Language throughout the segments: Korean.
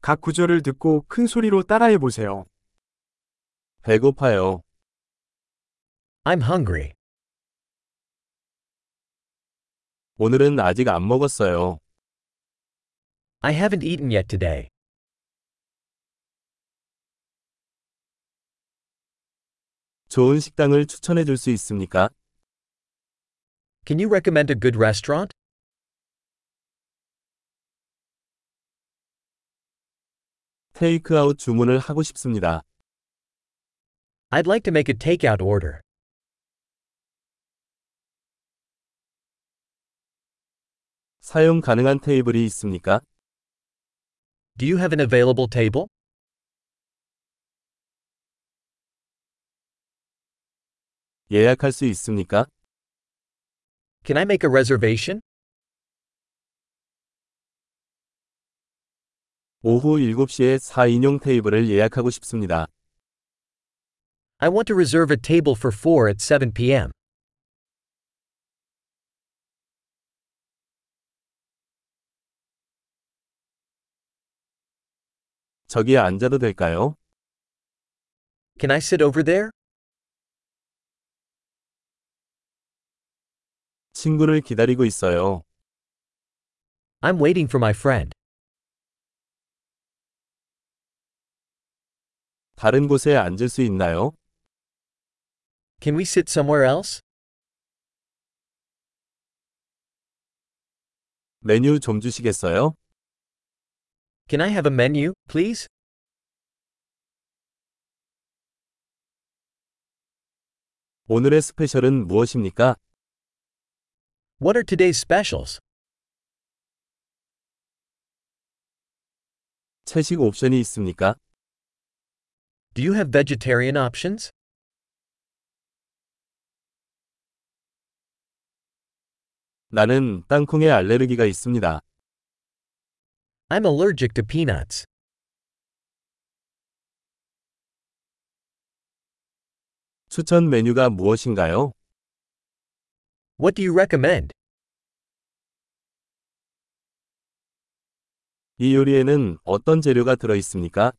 각 구절을 듣고 큰 소리로 따라해 보세요. 배고파요. I'm hungry. 오늘은 아직 안 먹었어요. I haven't eaten yet today. 좋은 식당을 추천해 줄 수 있습니까? Can you recommend a good restaurant? 테이크아웃 주문을 하고 싶습니다. I'd like to make a takeout order. 사용 가능한 테이블이 있습니까? Do you have an available table? 예약할 수 있습니까? Can I make a reservation? 오후 7시에 4인용 테이블을 예약하고 싶습니다. I want to reserve a table for 4 at 7 p.m. 저기 앉아도 될까요? Can I sit over there? 친구를 기다리고 있어요. I'm waiting for my friend. 다른 곳에 앉을 수 있나요? Can we sit somewhere else? 메뉴 좀 주시겠어요? Can I have a menu, please? 오늘의 스페셜은 무엇입니까? What are today's specials? 채식 옵션이 있습니까? Do you have vegetarian options? 나는 땅콩에 알레르기가 있습니다. I'm allergic to peanuts. 추천 메뉴가 무엇인가요? What do you recommend? 이 요리에는 어떤 재료가 들어 있습니까?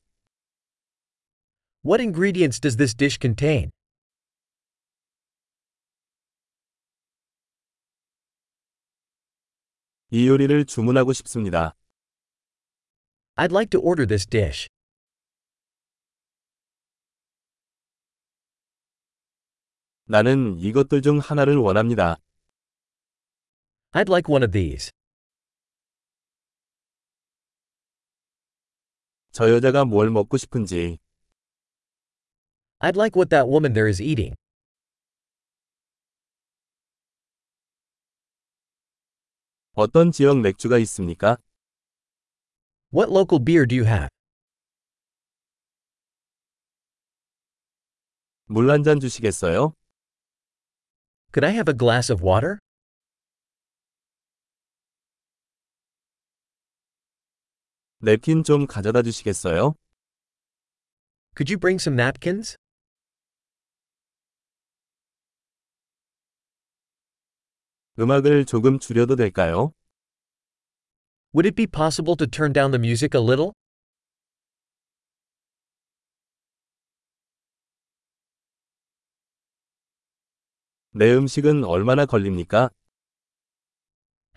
What ingredients does this dish contain? 이 요리를 주문하고 싶습니다. I'd like to order this dish. 나는 이것들 중 하나를 원합니다. I'd like one of these. 저 여자가 뭘 먹고 싶은지, I'd like what that woman there is eating. 어떤 지역 맥주가 있습니까? What local beer do you have? 물 한 잔 주시겠어요? Could I have a glass of water? 냅킨 좀 가져다 주시겠어요? Could you bring some napkins? 음악을 조금 줄여도 될까요? Would it be possible to turn down the music a little? 내 음식은 얼마나 걸립니까?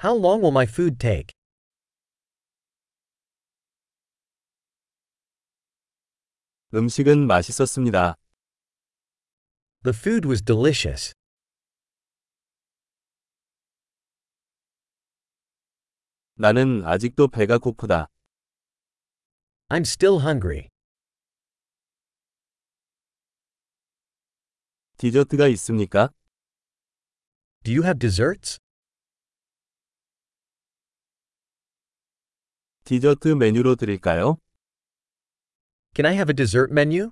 How long will my food take? 음식은 맛있었습니다. The food was delicious. 나는 아직도 배가 고프다. I'm still hungry. 디저트가 있습니까? Do you have desserts? 디저트 메뉴로 드릴까요? Can I have a dessert menu?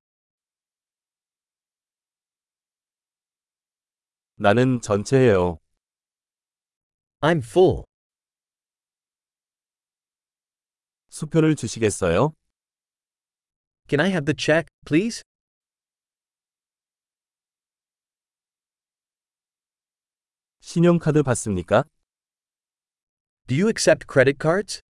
나는 전체예요. I'm full. 수표를 주시겠어요? Can I have the check, please? 신용카드 받습니까? Do you accept credit cards?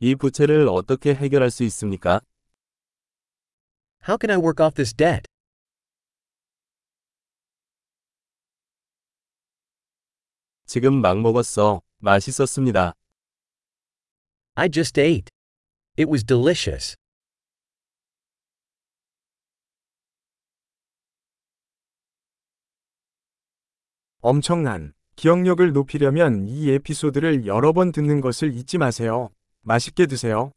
이 부채를 어떻게 해결할 수 있습니까? How can I work off this debt? 지금 막 먹었어. 맛있었습니다. I just ate. It was delicious. 엄청난 기억력을 높이려면 이 에피소드를 여러 번 듣는 것을 잊지 마세요. 맛있게 드세요.